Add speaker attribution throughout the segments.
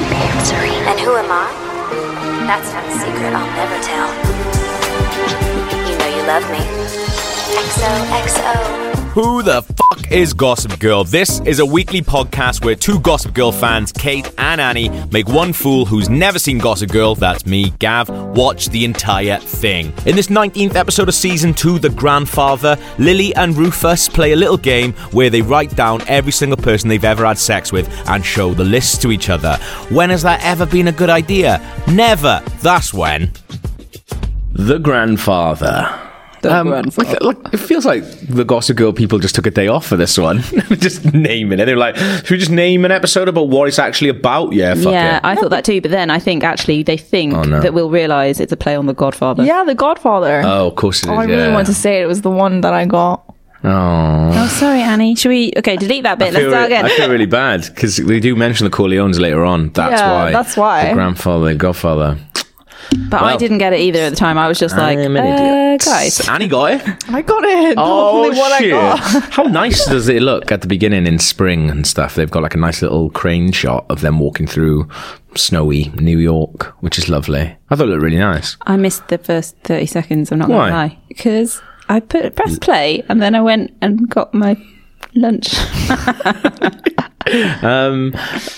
Speaker 1: misery.
Speaker 2: And who am I? That's not a secret I'll never tell. You know you love me. XOXO.
Speaker 1: Who the fuck is Gossip Girl? This is a weekly podcast where two Gossip Girl fans, Kate and Annie, make one fool who's never seen Gossip Girl, that's me, Gav, watch the entire thing. In this 19th episode of season 2, The Grandfather, Lily and Rufus play a little game where they write down every single person they've ever had sex with and show the list to each other. When has that ever been a good idea? Never. That's when.
Speaker 3: The grandfather.
Speaker 4: The
Speaker 3: Um,
Speaker 4: grandfather.
Speaker 3: like- like, it feels like the Gossip Girl people just took a day off for this one. just naming it. They're like, should we just name an episode about what it's actually about? Yeah, fuck
Speaker 4: yeah,
Speaker 3: it.
Speaker 4: I thought that too, but then I think actually they think
Speaker 3: no.
Speaker 4: that we'll realise it's a play on The Godfather.
Speaker 5: Yeah, The Godfather.
Speaker 3: oh, of course it is.
Speaker 5: oh, I really
Speaker 3: yeah.
Speaker 5: wanted to say it was the one that I got.
Speaker 3: Oh.
Speaker 4: Oh, sorry, Annie. Should we? Okay, delete that bit.
Speaker 3: I
Speaker 4: Let's
Speaker 3: feel,
Speaker 4: start
Speaker 3: re- I
Speaker 4: again.
Speaker 3: feel really bad because they do mention the Corleones later on. That's
Speaker 5: Yeah,
Speaker 3: why.
Speaker 5: that's why.
Speaker 3: The grandfather, the godfather.
Speaker 4: But I
Speaker 3: Well.
Speaker 4: didn't get it either at the time. I was just like,
Speaker 3: I'm an
Speaker 4: uh,
Speaker 3: idiot.
Speaker 4: guys.
Speaker 3: Annie got it.
Speaker 5: I got it.
Speaker 3: Oh
Speaker 5: That's the one I
Speaker 3: shit!
Speaker 5: got.
Speaker 3: How nice does it look at the beginning in spring and stuff? They've got like a nice little crane shot of them walking through snowy New York, which is lovely. I thought it looked really nice.
Speaker 4: I missed the first 30 seconds. I'm not
Speaker 3: Why?
Speaker 4: going to lie. Because I put press play and then I went and got my lunch.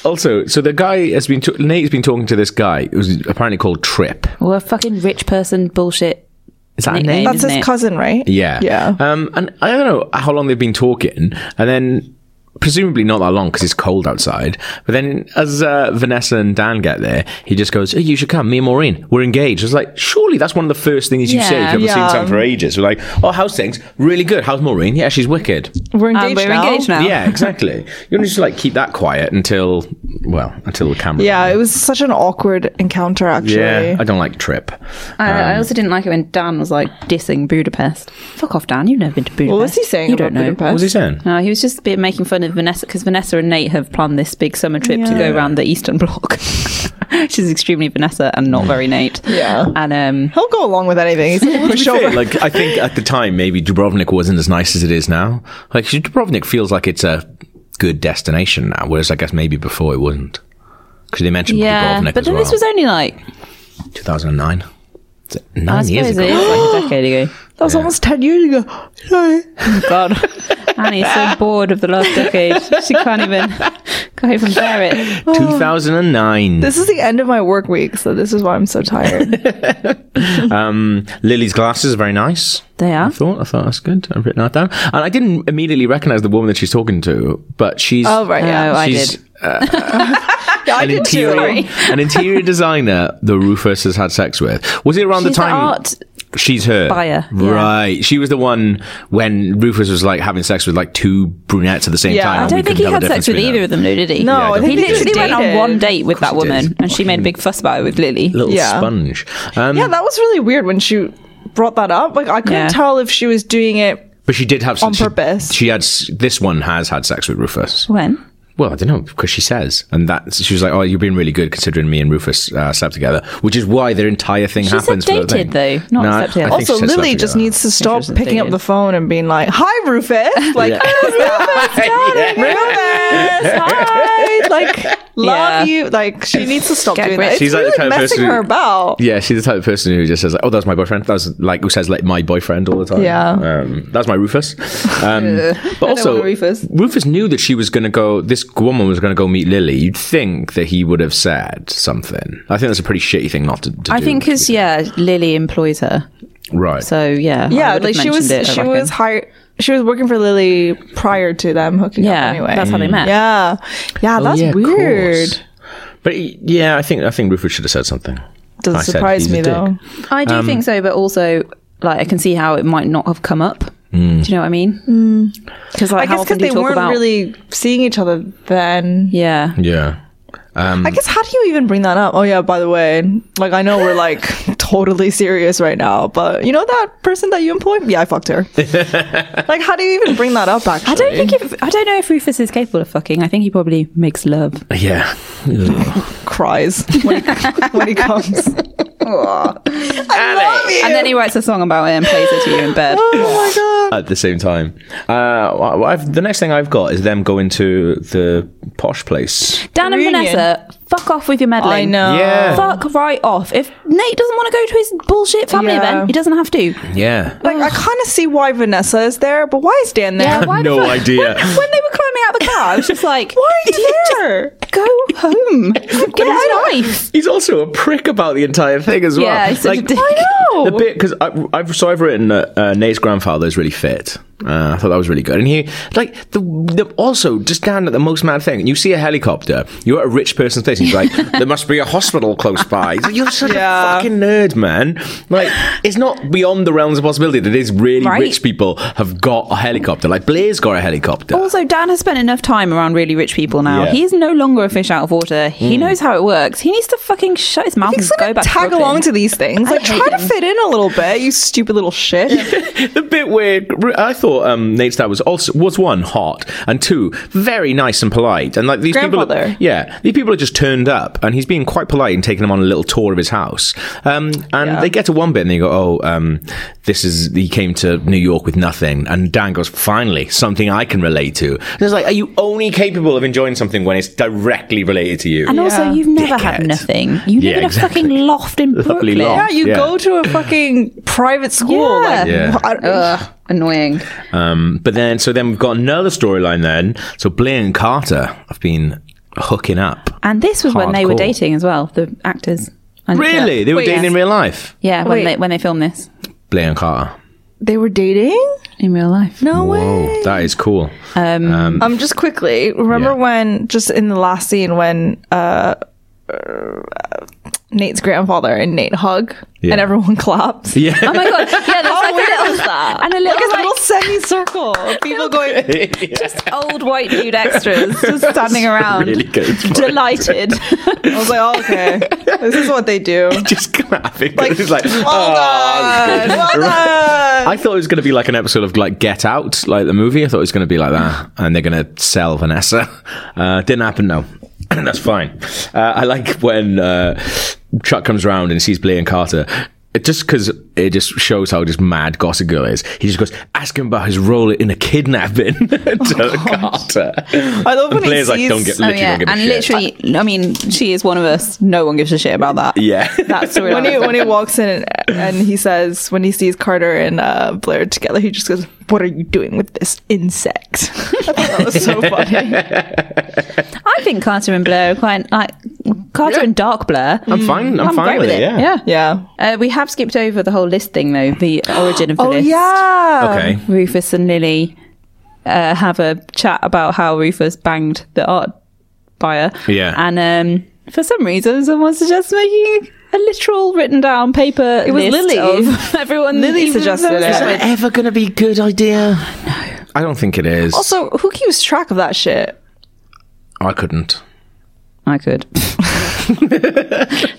Speaker 3: Also, so the guy has been t- Nate's been talking to this guy who's apparently called Trip.
Speaker 4: well, a fucking rich person bullshit.
Speaker 3: Is that a
Speaker 4: Nickname.
Speaker 3: name?
Speaker 5: That's
Speaker 4: Isn't
Speaker 5: his
Speaker 4: it?
Speaker 5: cousin, right?
Speaker 3: Yeah.
Speaker 5: Yeah.
Speaker 3: Um, and I don't know how long they've been talking, and then presumably not that long because it's cold outside. But then as uh, Vanessa and Dan get there, he just goes, "Hey, "You should come. Me and Maureen, we're engaged." I was like, "Surely that's one of the first things you say if
Speaker 4: Yeah.
Speaker 3: you've ever
Speaker 5: Yeah.
Speaker 3: seen someone for ages." We're like, "Oh, how's things? Really good. How's Maureen? Yeah, she's wicked."
Speaker 5: We're
Speaker 4: Um,
Speaker 5: engaged
Speaker 4: we're
Speaker 5: now.
Speaker 4: engaged now.
Speaker 3: Yeah, exactly. You want to just like keep that quiet until, well, until the camera.
Speaker 5: Yeah, it was such an awkward encounter, actually.
Speaker 3: Yeah, I don't like Trip.
Speaker 4: I, I
Speaker 3: Um,
Speaker 4: also didn't like it when Dan was like dissing Budapest. Fuck off, Dan. You've never been to Budapest.
Speaker 5: what was he saying
Speaker 4: You
Speaker 5: about
Speaker 4: don't know.
Speaker 5: Budapest?
Speaker 3: What was he saying?
Speaker 4: No, Uh, he was just be- making fun of Vanessa because Vanessa and Nate have planned this big summer trip to go around the Eastern Bloc. She's extremely Vanessa and not very Nate.
Speaker 5: Yeah.
Speaker 4: And um,
Speaker 5: He'll go along with anything. He's like, push over.
Speaker 3: Like I think at the time maybe Dubrovnik wasn't as nice as it is now. Like Dubrovnik feels like it's a good destination now, whereas I guess maybe before it wasn't. Because they mentioned
Speaker 4: yeah,
Speaker 3: Dubrovnik
Speaker 4: but
Speaker 3: as
Speaker 4: then
Speaker 3: well.
Speaker 4: this was only like
Speaker 3: 2009. It's
Speaker 4: I
Speaker 3: Nine years
Speaker 4: suppose it
Speaker 3: ago.
Speaker 4: is like a decade ago.
Speaker 5: That was almost 10 years ago. Sorry.
Speaker 4: God, Annie's so bored of the last decade. She can't even can't even bear it.
Speaker 3: 2009.
Speaker 5: This is the end of my work week, so this is why I'm so tired.
Speaker 3: Lily's glasses are very nice.
Speaker 4: They are.
Speaker 3: I thought. I thought that's good. I've written that down. And I didn't immediately recognize the woman that she's talking to, but she's.
Speaker 5: oh, right. Yeah.
Speaker 4: No, I
Speaker 3: she's,
Speaker 4: did.
Speaker 5: Yeah, I
Speaker 3: an
Speaker 5: did too.
Speaker 3: interior, an interior designer that Rufus has had sex with. Was it around
Speaker 4: She's
Speaker 3: the
Speaker 4: the
Speaker 3: time?
Speaker 4: art
Speaker 3: She's her
Speaker 4: buyer, yeah.
Speaker 3: right? She was the one when Rufus was like having sex with like two brunettes at the same
Speaker 5: Yeah.
Speaker 3: time.
Speaker 5: I
Speaker 3: and
Speaker 4: I
Speaker 3: we
Speaker 4: don't
Speaker 3: couldn't
Speaker 4: think he
Speaker 3: tell the
Speaker 4: had sex
Speaker 3: difference
Speaker 4: with
Speaker 3: between
Speaker 4: either of them, though, did he?
Speaker 5: No, I
Speaker 3: I don't
Speaker 5: think
Speaker 4: He
Speaker 3: think
Speaker 5: they
Speaker 4: literally
Speaker 5: just
Speaker 4: went on
Speaker 5: dated.
Speaker 4: one date with that
Speaker 3: Of course he
Speaker 4: woman,
Speaker 3: did.
Speaker 4: and she made a big fuss about it with Lily.
Speaker 3: Little
Speaker 5: Yeah.
Speaker 3: sponge. Um,
Speaker 5: Yeah, that was really weird when she brought that up. Like, I couldn't
Speaker 4: Yeah.
Speaker 5: tell if she was doing it.
Speaker 3: but she did have
Speaker 5: on
Speaker 3: she-
Speaker 5: purpose.
Speaker 3: She had s- this one has had sex with Rufus.
Speaker 4: When?
Speaker 3: Well, I don't know because she says, and that she was like, "Oh, you've been really good considering me and Rufus uh, slept together," which is why their entire thing
Speaker 4: said
Speaker 3: happens. for the
Speaker 4: dated,
Speaker 3: thing.
Speaker 4: though, not
Speaker 3: I-
Speaker 4: slept together.
Speaker 3: I think she
Speaker 5: Also,
Speaker 3: said slept
Speaker 5: Lily just
Speaker 3: together.
Speaker 5: needs to stop
Speaker 4: was a
Speaker 5: picking up
Speaker 4: bigot.
Speaker 5: the phone and being like, "Hi, Rufus." Like, "Hi, Rufus, darling, Rufus, hi. Like,
Speaker 4: Yeah.
Speaker 5: love you. Like, she needs to stop
Speaker 4: Get
Speaker 5: doing
Speaker 4: grip.
Speaker 5: that. It's
Speaker 3: She's like
Speaker 5: really
Speaker 3: the kind of
Speaker 5: messing
Speaker 3: person who-
Speaker 5: her about.
Speaker 3: Yeah, she's the type of person who just says like, "Oh, that's my boyfriend." That was like who says like my boyfriend all the time.
Speaker 5: Yeah.
Speaker 3: um, that's my Rufus. Um, but also,
Speaker 5: want Rufus.
Speaker 3: knew that she was going to go. This woman was going to go meet Lily. You'd think that he would have said something. I think that's a pretty shitty thing not to, to
Speaker 4: I
Speaker 3: do.
Speaker 4: think because yeah, Lily employs her,
Speaker 3: right.
Speaker 4: so yeah, I
Speaker 5: Yeah,
Speaker 4: would have
Speaker 5: like she was.
Speaker 4: mentioned it, I
Speaker 5: she
Speaker 4: reckon.
Speaker 5: was hired. She was working for Lily prior to them hooking
Speaker 4: Yeah,
Speaker 5: up. Anyway, Mm-hmm.
Speaker 4: that's how they met.
Speaker 5: Yeah, yeah, that's
Speaker 3: Oh, yeah, of
Speaker 5: weird.
Speaker 3: course. But he- yeah, I think I think Rufus should have said something.
Speaker 5: Doesn't
Speaker 3: I said
Speaker 5: surprise
Speaker 3: he's a
Speaker 5: me
Speaker 3: dick.
Speaker 5: though.
Speaker 4: I do think so, but also like I can see how it might not have come up. Do you know what I mean? Because
Speaker 5: Mm. I
Speaker 4: like how
Speaker 5: guess
Speaker 4: often
Speaker 5: because
Speaker 4: do
Speaker 5: they
Speaker 4: you talk
Speaker 5: weren't
Speaker 4: about?
Speaker 5: really seeing each other then.
Speaker 4: yeah,
Speaker 3: Yeah.
Speaker 5: I guess how do you even bring that up? Oh yeah, by the way, like I know we're like totally serious right now, but you know that person that you employ? Yeah, I fucked her. like how do you even bring that up actually?
Speaker 4: I don't think if I don't know if Rufus is capable of fucking. I think he probably makes love.
Speaker 3: Yeah.
Speaker 5: cries when he, when he comes. Oh,
Speaker 4: And then he writes a song about it and plays it to you in bed.
Speaker 3: At the same time, uh, I- I've, the next thing I've got is them going to the posh place.
Speaker 4: Dan and
Speaker 5: Reunion.
Speaker 4: Vanessa fuck off with your meddling.
Speaker 5: I know.
Speaker 3: Yeah.
Speaker 4: Fuck right off. If Nate doesn't want to go to his bullshit family
Speaker 5: Yeah.
Speaker 4: event, he doesn't have to.
Speaker 3: Yeah.
Speaker 5: Like I kind of see why Vanessa is there, but why is Dan there?
Speaker 4: Yeah, why
Speaker 3: No
Speaker 4: the fuck-
Speaker 3: idea.
Speaker 4: When they were climbing out the car, I was just like,
Speaker 5: Why are you there?
Speaker 4: Go home. Get a life.
Speaker 3: He's also a prick about the entire thing as well.
Speaker 4: Yeah, he's such a dick.
Speaker 5: I know.
Speaker 3: The bit because I've so I've written that uh, Nate's grandfather is really fit. Uh, I thought that was really good. And he like the, the also just down at the most mad thing. You see a helicopter. You're at a rich person's face. He's like, there must be a hospital close by. He's like, You're such a
Speaker 5: Yeah.
Speaker 3: fucking nerd, man. Like it's not beyond the realms of possibility that these really
Speaker 4: Right.
Speaker 3: rich people have got a helicopter. Like Blaze got a helicopter.
Speaker 4: Also, Dan has spent enough time around really rich people now.
Speaker 3: Yeah. Hmm.
Speaker 4: He is no longer a fish out of water. He knows how it works. He needs to fucking shut his mouth and
Speaker 5: He's
Speaker 4: go
Speaker 5: gonna
Speaker 4: back.
Speaker 5: tag
Speaker 4: to
Speaker 5: along
Speaker 4: Brooklyn.
Speaker 5: to these things. Like,
Speaker 4: hate
Speaker 5: try to
Speaker 4: him.
Speaker 5: fit in a little bit, you stupid little shit.
Speaker 3: the bit where I thought um, Nate Stout was also was one hot and two very nice and polite and like these people,
Speaker 5: Grandfather.
Speaker 3: yeah, these people are just turned up and he's being quite polite and taking them on a little tour of his house. Um, and they get to one bit and they go, "Oh, um, this is he came to New York with nothing." And Dan goes, "Finally, something I can relate to." And it's like, are you only capable of enjoying something when it's directly related to you?
Speaker 4: And also, you've never had
Speaker 3: Dickhead.
Speaker 4: nothing. You live
Speaker 3: Yeah,
Speaker 4: in a
Speaker 3: exactly.
Speaker 4: fucking loft in
Speaker 3: Lovely
Speaker 4: Brooklyn.
Speaker 3: loft.
Speaker 5: Yeah, you
Speaker 3: Yeah.
Speaker 5: go to a fucking private school.
Speaker 4: Yeah.
Speaker 5: Like,
Speaker 3: Yeah.
Speaker 5: I don't-
Speaker 4: Ugh, annoying.
Speaker 3: Um, but then, so then we've got another storyline. Then, so Blaine and Carter have been hooking up.
Speaker 4: And this was when they were
Speaker 3: Hardcore.
Speaker 4: dating as well, the actors. And-
Speaker 3: Really? They were
Speaker 5: Wait,
Speaker 3: dating
Speaker 5: yes.
Speaker 3: in real life?
Speaker 4: Yeah,
Speaker 5: Wait.
Speaker 4: when they when they filmed this
Speaker 3: Blaine and Carter.
Speaker 5: They were dating?
Speaker 4: in real life.
Speaker 5: No way.
Speaker 3: Whoa, that is cool.
Speaker 5: Um, just quickly, remember
Speaker 3: Yeah.
Speaker 5: when just in the last scene when uh, uh, Nate's grandfather and Nate hug
Speaker 3: Yeah.
Speaker 5: and everyone claps.
Speaker 4: Oh my god! Yeah, there's like a little that? and a little
Speaker 5: Like a
Speaker 4: like,
Speaker 5: little semicircle of people going
Speaker 4: old white dude extras just standing around,
Speaker 3: really good.
Speaker 4: delighted.
Speaker 5: I was like, oh, okay. This is what they do.
Speaker 3: Just clapping.
Speaker 5: Like,
Speaker 3: it's like,
Speaker 5: Well
Speaker 3: "Ah, that was
Speaker 5: done.
Speaker 3: good."
Speaker 5: Well done.
Speaker 3: I thought it was going to be like an episode of like Get Out, like the movie. I thought it was going to be like that, and they're going to sell Vanessa. Uh, didn't happen though. That's fine. Uh, I like when uh, Chuck comes around and sees Blaine and Carter. It just because it just shows how just mad Gossip Girl is. He just goes, ask him about his role in a kidnapping to Carter. I
Speaker 5: Oh, love when he
Speaker 3: Blaine's like,
Speaker 5: sees-
Speaker 3: don't get,
Speaker 4: oh
Speaker 3: literally
Speaker 4: yeah,
Speaker 3: don't give a
Speaker 4: and
Speaker 3: shit.
Speaker 4: literally, I mean, she is one of us. No one gives a shit about that.
Speaker 3: Yeah.
Speaker 4: that's the
Speaker 5: when he when he walks in and, and he says when he sees Carter and uh, Blair together, he just goes, "What are you doing with this insect?" I thought that was so funny.
Speaker 4: I think Carter and Blair are quite like Carter
Speaker 3: Yeah.
Speaker 4: and Dark Blair.
Speaker 3: I'm fine. I'm,
Speaker 4: I'm
Speaker 3: fine
Speaker 4: great
Speaker 3: with
Speaker 4: with
Speaker 3: it. Yeah.
Speaker 4: Yeah.
Speaker 5: Yeah.
Speaker 4: Uh, we have skipped over the whole list thing though, the origin of the
Speaker 5: Oh
Speaker 4: list.
Speaker 5: yeah.
Speaker 4: Um,
Speaker 3: Okay.
Speaker 4: Rufus and Lily uh, have a chat about how Rufus banged the art buyer.
Speaker 3: Yeah.
Speaker 4: And um, for some reason, someone suggests making a literal written down paper. It
Speaker 5: was Lily.
Speaker 4: everyone.
Speaker 5: Lily
Speaker 4: even
Speaker 5: suggested
Speaker 4: those-
Speaker 5: it.
Speaker 3: that ever going to be a good idea? No. I don't think it is.
Speaker 5: Also, who keeps track of that shit?
Speaker 3: I couldn't.
Speaker 4: I could.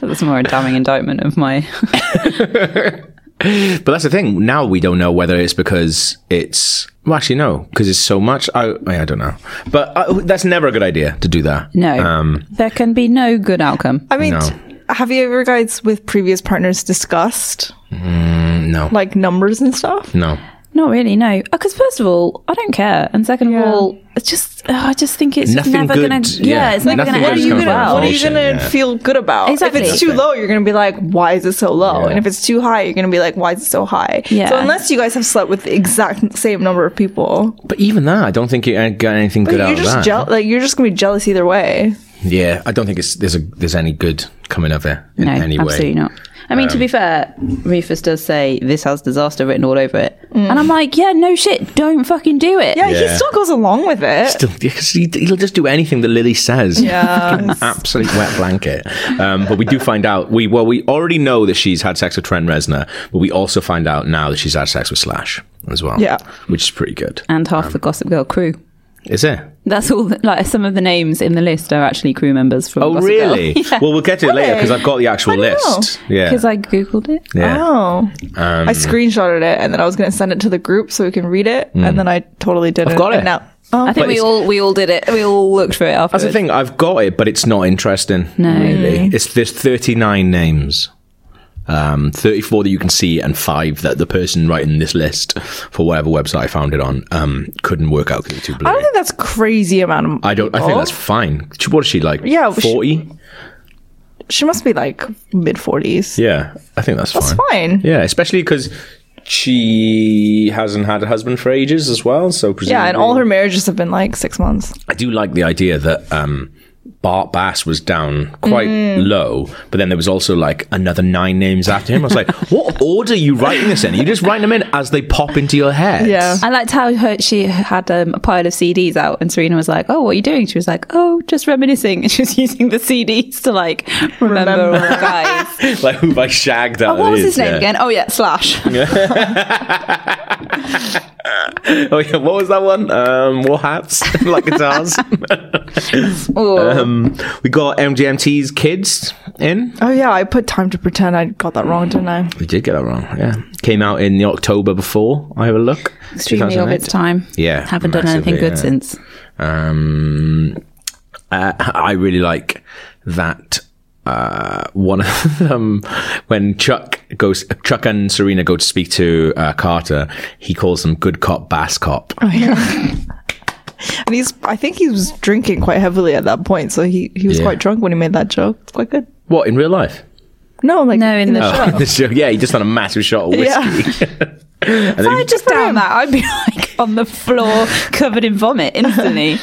Speaker 4: That's more a damning indictment of my.
Speaker 3: But that's the thing. Now we don't know whether it's because it's. Well, actually, no, because it's so much. I, I don't know. But uh, that's never a good idea to do that.
Speaker 4: No.
Speaker 3: Um,
Speaker 4: there can be no good outcome. Uh,
Speaker 5: I mean,
Speaker 3: No.
Speaker 5: t- have you ever guys with previous partners discussed
Speaker 3: no.
Speaker 5: like numbers and stuff?
Speaker 3: no.
Speaker 4: Not really, no. Because first of all, I don't care, and second of all, it's just oh, I just think it's
Speaker 3: Nothing
Speaker 4: never
Speaker 3: good,
Speaker 4: gonna.
Speaker 3: yeah.
Speaker 4: Yeah, it's never
Speaker 3: Nothing
Speaker 4: gonna
Speaker 3: good
Speaker 4: end
Speaker 3: is coming
Speaker 5: gonna,
Speaker 3: from
Speaker 4: well.
Speaker 5: what are you
Speaker 3: information,
Speaker 5: gonna
Speaker 3: yeah.
Speaker 5: feel good about?
Speaker 4: Exactly.
Speaker 5: If it's too low, you're gonna be like, "Why is it so low?"
Speaker 3: Yeah.
Speaker 5: And if it's too high, you're gonna be like, "Why is it so high?"
Speaker 4: Yeah.
Speaker 5: So unless you guys have slept with the exact same number of people,
Speaker 3: But even that, I don't think you uh, got anything good out
Speaker 5: you're
Speaker 3: of
Speaker 5: just
Speaker 3: that.
Speaker 5: jeal- like you're just gonna be jealous either way.
Speaker 3: yeah, I don't think it's there's a, there's any good coming of it in
Speaker 4: No,
Speaker 3: any way. Um,
Speaker 4: absolutely not. I mean, to be fair, Rufus does say this has disaster written all over it, and I'm like, yeah, no shit, don't fucking do it.
Speaker 5: Yeah,
Speaker 3: Yeah.
Speaker 5: he still goes along with it.
Speaker 3: Still, because he, he'll just do anything that Lily says.
Speaker 5: yeah.
Speaker 3: absolute wet blanket. Um, but we do find out we well we already know that she's had sex with Trent Reznor, but we also find out now that she's had sex with Slash as well.
Speaker 5: Yeah.
Speaker 3: which is pretty good.
Speaker 4: And half the Gossip Girl crew.
Speaker 3: Is it?
Speaker 4: That's all. Like some of the names in the list are actually crew members from.
Speaker 3: Oh,
Speaker 4: Gossip Girl.
Speaker 3: really? Well, we'll get to it later because I've got the actual list. Yeah.
Speaker 4: Because I googled it.
Speaker 3: yeah. Um, Mm.
Speaker 5: Oh, I screenshotted it and then I was gonna send it to the group so we can read it, and then I totally didn't.
Speaker 3: Mm. got
Speaker 5: and
Speaker 3: it.
Speaker 5: Now, oh,
Speaker 4: I think
Speaker 3: But
Speaker 4: we
Speaker 3: it's-
Speaker 4: all we all did it. We all looked for it after.
Speaker 3: That's the thing. I've got it, but it's not interesting.
Speaker 4: No.
Speaker 3: really. It's there's 39 names. Um, 34 that you can see and five that the person writing this list for whatever website I found it on um, couldn't work out because it was too blurry.
Speaker 5: I don't think that's crazy amount of.
Speaker 3: I don't. I think
Speaker 5: people.
Speaker 3: that's fine. She- What is she like?
Speaker 5: Oh. Yeah, but she-
Speaker 3: forty.
Speaker 5: she must be like mid 40s.
Speaker 3: Yeah, I think that's,
Speaker 5: That's
Speaker 3: fine.
Speaker 5: fine.
Speaker 3: Yeah, especially because she hasn't had a husband for ages as well. So presumably,
Speaker 5: Yeah, and all her marriages have been like six months.
Speaker 3: I do like the idea that um, Bart Bass was down quite low, but then there was also like another nine names after him. I was like, what order are you writing this in? You're just writing them in as they pop into your head.
Speaker 5: Yeah.
Speaker 4: I liked how her, she had um, a pile of CDs out, and Serena was like, "Oh, what are you doing?" She was like, "Oh, just reminiscing," and she was using the CDs to like remember, all the guys.
Speaker 3: like who I shagged out
Speaker 4: oh,
Speaker 3: of
Speaker 4: what was
Speaker 3: these,
Speaker 4: his name
Speaker 3: yeah.
Speaker 4: again? Oh yeah, Slash.
Speaker 3: Oh yeah, what was that one? Um, war hats, like guitars.
Speaker 4: Oh,
Speaker 3: um, we got MGMT's kids in.
Speaker 5: Oh, yeah, I put time to pretend I got that wrong, didn't I?
Speaker 3: We did get that wrong. Yeah, came out in the October before. I have a look.
Speaker 4: extremely of
Speaker 3: 2008.
Speaker 4: its time.
Speaker 3: Yeah,
Speaker 4: haven't done anything
Speaker 3: massively,
Speaker 4: good
Speaker 3: yeah.
Speaker 4: since.
Speaker 3: Um, uh, I really like that. Uh, one of them, when Chuck goes, Chuck and Serena go to speak to uh, Carter, he calls them good cop, bass cop.
Speaker 5: Oh, And he's, I think he was drinking quite heavily at that point, so he, he was
Speaker 3: Yeah.
Speaker 5: quite drunk when he made that joke. It's quite good.
Speaker 3: What in real life?
Speaker 5: No, like,
Speaker 4: No, in the
Speaker 5: show.
Speaker 3: Oh, this show- yeah, he just had a massive shot of whiskey. and then
Speaker 4: I
Speaker 3: he-
Speaker 4: just down that, I'd be like on the floor covered in vomit instantly.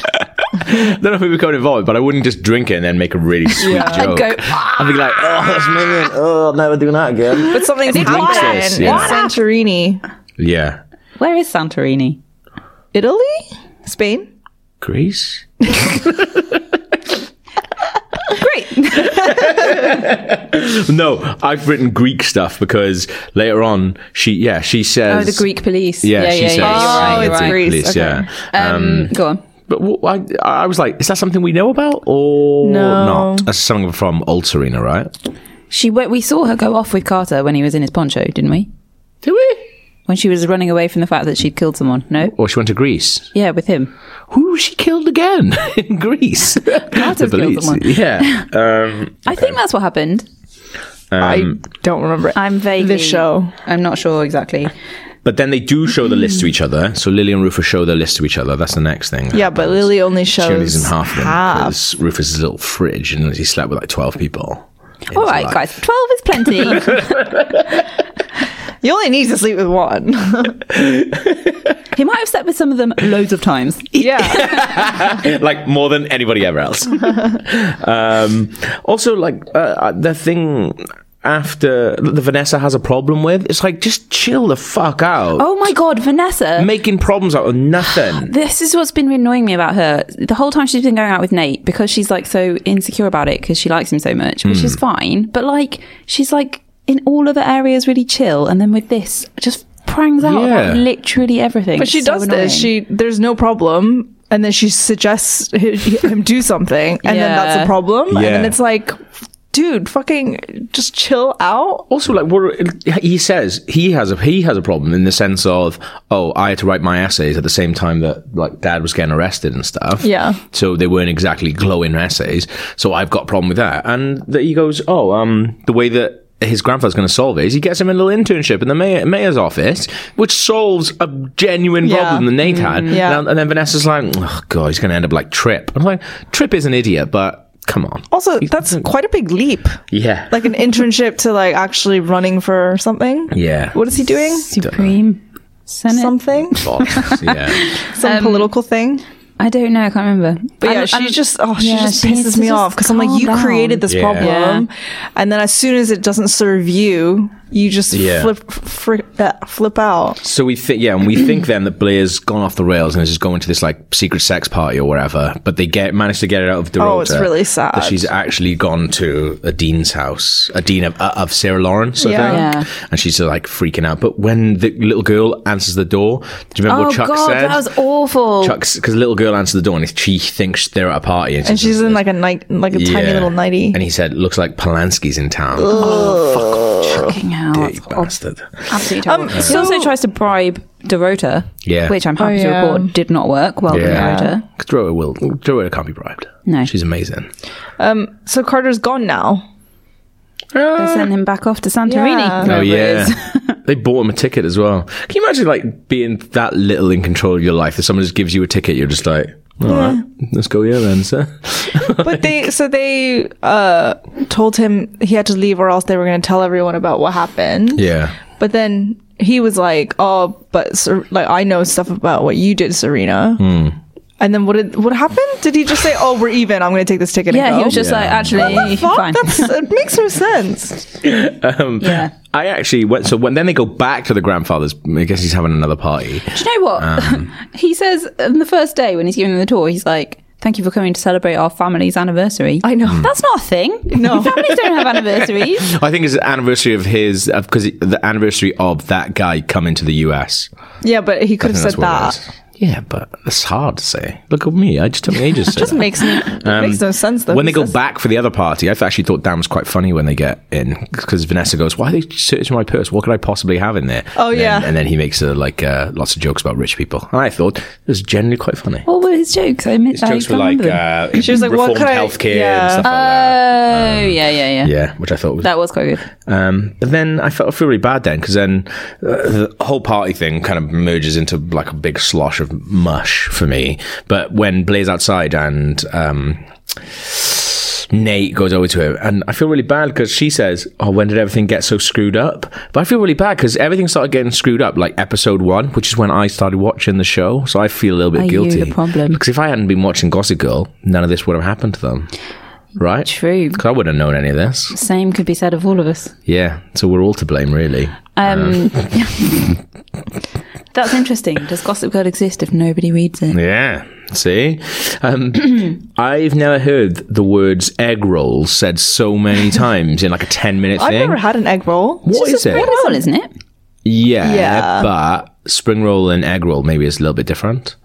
Speaker 3: I don't know if we become involved, but I wouldn't just drink it and then make a really sweet joke.
Speaker 4: I'd go.
Speaker 3: I'd be like, oh, that's million. Oh, I'll never do that again.
Speaker 5: But something's
Speaker 3: drinks
Speaker 5: happened
Speaker 3: this,
Speaker 5: in
Speaker 3: yeah.
Speaker 5: Santorini.
Speaker 3: Yeah.
Speaker 4: Where is Santorini?
Speaker 5: Italy? Spain?
Speaker 3: Greece?
Speaker 4: Great.
Speaker 3: No, I've written Greek stuff because later on, she, yeah, she
Speaker 4: Oh,
Speaker 3: says.
Speaker 4: the Greek police.
Speaker 3: Yeah, she says.
Speaker 4: you're right, you're
Speaker 5: it's
Speaker 4: right.
Speaker 5: Greece,
Speaker 3: Police,
Speaker 5: okay.
Speaker 3: yeah.
Speaker 4: Um, go on.
Speaker 3: But wh- I, I was like, is that something we know about or
Speaker 5: No.
Speaker 3: not? That's something from Old Serena, right?
Speaker 4: She went, we saw her go off with Carter when he was in his poncho, didn't we?
Speaker 3: Do we?
Speaker 4: When she was running away from the fact that she'd killed someone. No.
Speaker 3: Or she went to Greece.
Speaker 4: Yeah, with him.
Speaker 3: Who she killed again in Greece? the
Speaker 4: killed someone.
Speaker 3: Yeah. Um,
Speaker 4: I think that's what happened.
Speaker 5: I don't remember.
Speaker 4: I'm vaguely.
Speaker 5: This show.
Speaker 4: I'm not sure exactly.
Speaker 3: But then they do show the list to each other. So Lily and Rufus show their list to each other. That's the next thing.
Speaker 5: yeah, but Lily only shows
Speaker 3: She only isn't half of them
Speaker 5: half.
Speaker 3: because Rufus is a little fridge and he slept with like 12 people.
Speaker 4: All right, guys. Twelve is plenty.
Speaker 5: You only need to sleep with one.
Speaker 4: he might have slept with some of them loads of times.
Speaker 5: yeah.
Speaker 3: like more than anybody ever else. um, also, like uh, the thing after the Vanessa has a problem with, it's like just chill the fuck out.
Speaker 4: Oh my god, Vanessa.
Speaker 3: Making problems out of nothing.
Speaker 4: this is what's been annoying me about her the whole time she's been going out with Nate because she's like so insecure about it because she likes him so much, which
Speaker 3: Hmm.
Speaker 4: is fine. But like, she's like in all other areas really chill, and then with this, just prangs out
Speaker 3: Yeah.
Speaker 4: about literally everything.
Speaker 5: But she
Speaker 4: It's so
Speaker 5: does
Speaker 4: annoying.
Speaker 5: this. She there's no problem, and then she suggests hi- him do something, and then that's
Speaker 4: Yeah.
Speaker 5: a problem. And then
Speaker 3: Yeah.
Speaker 5: it's like, dude, fucking just chill out.
Speaker 3: also like what he says he has a he has a problem in the sense of oh i had to write my essays at the same time that like dad was getting arrested and stuff
Speaker 5: Yeah.
Speaker 3: so they weren't exactly glowing essays so i've got a problem with that and that he goes oh um the way that his grandfather's going to solve it is he gets him a little internship in the mayor, mayor's office, which solves a genuine
Speaker 5: Yeah. Mm,
Speaker 3: problem that Nate had.
Speaker 5: yeah.
Speaker 3: And, and then Vanessa's like, oh, God, he's going to end up like Trip. I'm like, Trip is an idiot, but come on.
Speaker 5: Also, that's quite a big leap.
Speaker 3: Yeah.
Speaker 5: Oh, Like an internship to like actually running for something.
Speaker 3: Yeah.
Speaker 5: What is he doing?
Speaker 4: supreme Senate.
Speaker 5: Something?
Speaker 3: yeah.
Speaker 4: Um,
Speaker 5: Some political thing?
Speaker 4: I don't know. I can't remember.
Speaker 5: But yeah,
Speaker 4: I'm-
Speaker 5: she
Speaker 4: I'm-
Speaker 5: just oh she
Speaker 4: yeah,
Speaker 5: just
Speaker 4: she needs
Speaker 5: pisses
Speaker 4: to
Speaker 5: me
Speaker 4: just
Speaker 5: off because I'm like
Speaker 4: calm
Speaker 5: you
Speaker 4: down.
Speaker 5: created this
Speaker 3: Yeah.
Speaker 5: problem, and then as soon as it doesn't serve you, you just
Speaker 3: Yeah.
Speaker 5: flip flip uh, flip out.
Speaker 3: So we think, yeah, and we think then that Blair's gone off the rails and is just going to this like secret sex party or whatever. But they get managed to get it out of Dorota.
Speaker 5: Oh, it's really sad.
Speaker 3: That she's actually gone to a dean's house, a dean of, uh, of Sarah Lawrence, I
Speaker 5: Yeah.
Speaker 3: think.
Speaker 4: Yeah.
Speaker 3: And she's like freaking out. But when the little girl answers the door, do you remember
Speaker 4: Oh
Speaker 3: what Chuck
Speaker 4: god,
Speaker 3: said?
Speaker 4: that was awful.
Speaker 3: Chuck's because the little girl answered the door and she thinks they're at a party and,
Speaker 5: And she's in like a night like a tiny
Speaker 3: Yeah.
Speaker 5: little nighty.
Speaker 3: And he said, "Looks like Polanski's in town."
Speaker 4: Fucking hell.
Speaker 3: you bastard.
Speaker 5: Um,
Speaker 4: Absolutely terrible. she also tries to bribe Dorota,
Speaker 3: Yeah.
Speaker 4: which I'm happy
Speaker 5: Oh, yeah.
Speaker 4: to report did not work well with
Speaker 3: Yeah.
Speaker 4: Dorota.
Speaker 3: Dorota will. Dorota can't be bribed.
Speaker 4: No.
Speaker 3: she's amazing.
Speaker 5: Um, so Carter's gone now.
Speaker 4: They sent him back off to Santorini.
Speaker 5: Yeah.
Speaker 3: Oh
Speaker 4: wherever it
Speaker 3: yeah,
Speaker 4: Uh, is.
Speaker 3: they bought him a ticket as well. Can you imagine like being that little in control of your life that someone just gives you a ticket? You're just like, All right, let's go here then, sir.
Speaker 5: But they, so they uh, told him he had to leave or else they were going to tell everyone about what happened.
Speaker 3: yeah.
Speaker 5: But then he was like, "Oh, but Ser- like I know stuff about what you did, Serena."
Speaker 3: Hmm.
Speaker 5: And then what did what happened? Did he just say, "Oh, we're even. I'm going to take this ticket"? and
Speaker 4: Yeah,
Speaker 5: go?
Speaker 4: he was just
Speaker 3: Oh, Yeah.
Speaker 4: like, actually,
Speaker 5: Fuck,
Speaker 4: fine.
Speaker 5: that's, it makes no sense.
Speaker 4: yeah.
Speaker 3: I actually went. So when then they go back to the grandfather's. I guess he's having another party.
Speaker 4: Do you know what?
Speaker 3: Um,
Speaker 4: he says on the first day when he's giving them the tour, he's like, Thank you for coming to celebrate our family's anniversary.
Speaker 5: I know.
Speaker 3: Hmm.
Speaker 4: That's not a thing. No. Families don't have anniversaries.
Speaker 3: I think it's the anniversary of his because the anniversary of that guy coming to the US.
Speaker 5: Yeah, but he could have said that.
Speaker 3: Yeah, but it's hard to say. Look at me. I just took me ages. to say
Speaker 5: Just
Speaker 3: that.
Speaker 5: makes no, makes no sense though.
Speaker 3: Um, Mm. when they
Speaker 5: He
Speaker 3: go
Speaker 5: says-
Speaker 3: back for the other party, I actually thought Dan was quite funny when they get in because Vanessa goes, "Why are they searching my purse? What could I possibly have in there?"
Speaker 5: Oh,
Speaker 3: And then-
Speaker 5: yeah.
Speaker 3: and then he makes uh, like uh, lots of jokes about rich people, and I thought it was generally quite funny.
Speaker 4: What were his jokes? I admit
Speaker 3: His
Speaker 4: I
Speaker 3: jokes were
Speaker 4: can't
Speaker 3: like
Speaker 4: remember them.
Speaker 3: uh,
Speaker 5: She was like, "What
Speaker 3: reformed
Speaker 5: could I-"
Speaker 3: healthcare
Speaker 5: Yeah. Uh,
Speaker 3: and stuff like that.
Speaker 4: Oh, yeah, yeah, yeah,
Speaker 3: um, Yeah, which I thought was
Speaker 4: That was quite good.
Speaker 3: Um, but then I felt I feel really bad then because then uh, the whole party thing kind of merges into like a big slosh of mush for me. But when Blaze outside and um, Nate goes over to him, and I feel really bad because she says, "Oh, when did everything get so screwed up?" But I feel really bad because everything started getting screwed up like episode one, which is when I started watching the show. So I feel a little bit
Speaker 4: Are you
Speaker 3: guilty.
Speaker 4: the problem?
Speaker 3: Because if I hadn't been watching Gossip Girl, none of this would have happened to them. Right?
Speaker 4: True.
Speaker 3: Because I wouldn't have known any of this.
Speaker 4: Same could be said of all of us.
Speaker 3: Yeah, so we're all to blame, really.
Speaker 4: Um, that's interesting. Does Gossip Girl exist if nobody reads it?
Speaker 3: Yeah, see, um, I've never heard the words egg rolls said so many times in like a ten-minute
Speaker 5: I've
Speaker 3: thing.
Speaker 5: never had an egg roll.
Speaker 3: what is
Speaker 4: It's a
Speaker 3: it?
Speaker 4: spring roll, isn't it?
Speaker 3: Yeah,
Speaker 5: Yeah.
Speaker 3: but spring roll and egg roll maybe is a little bit different.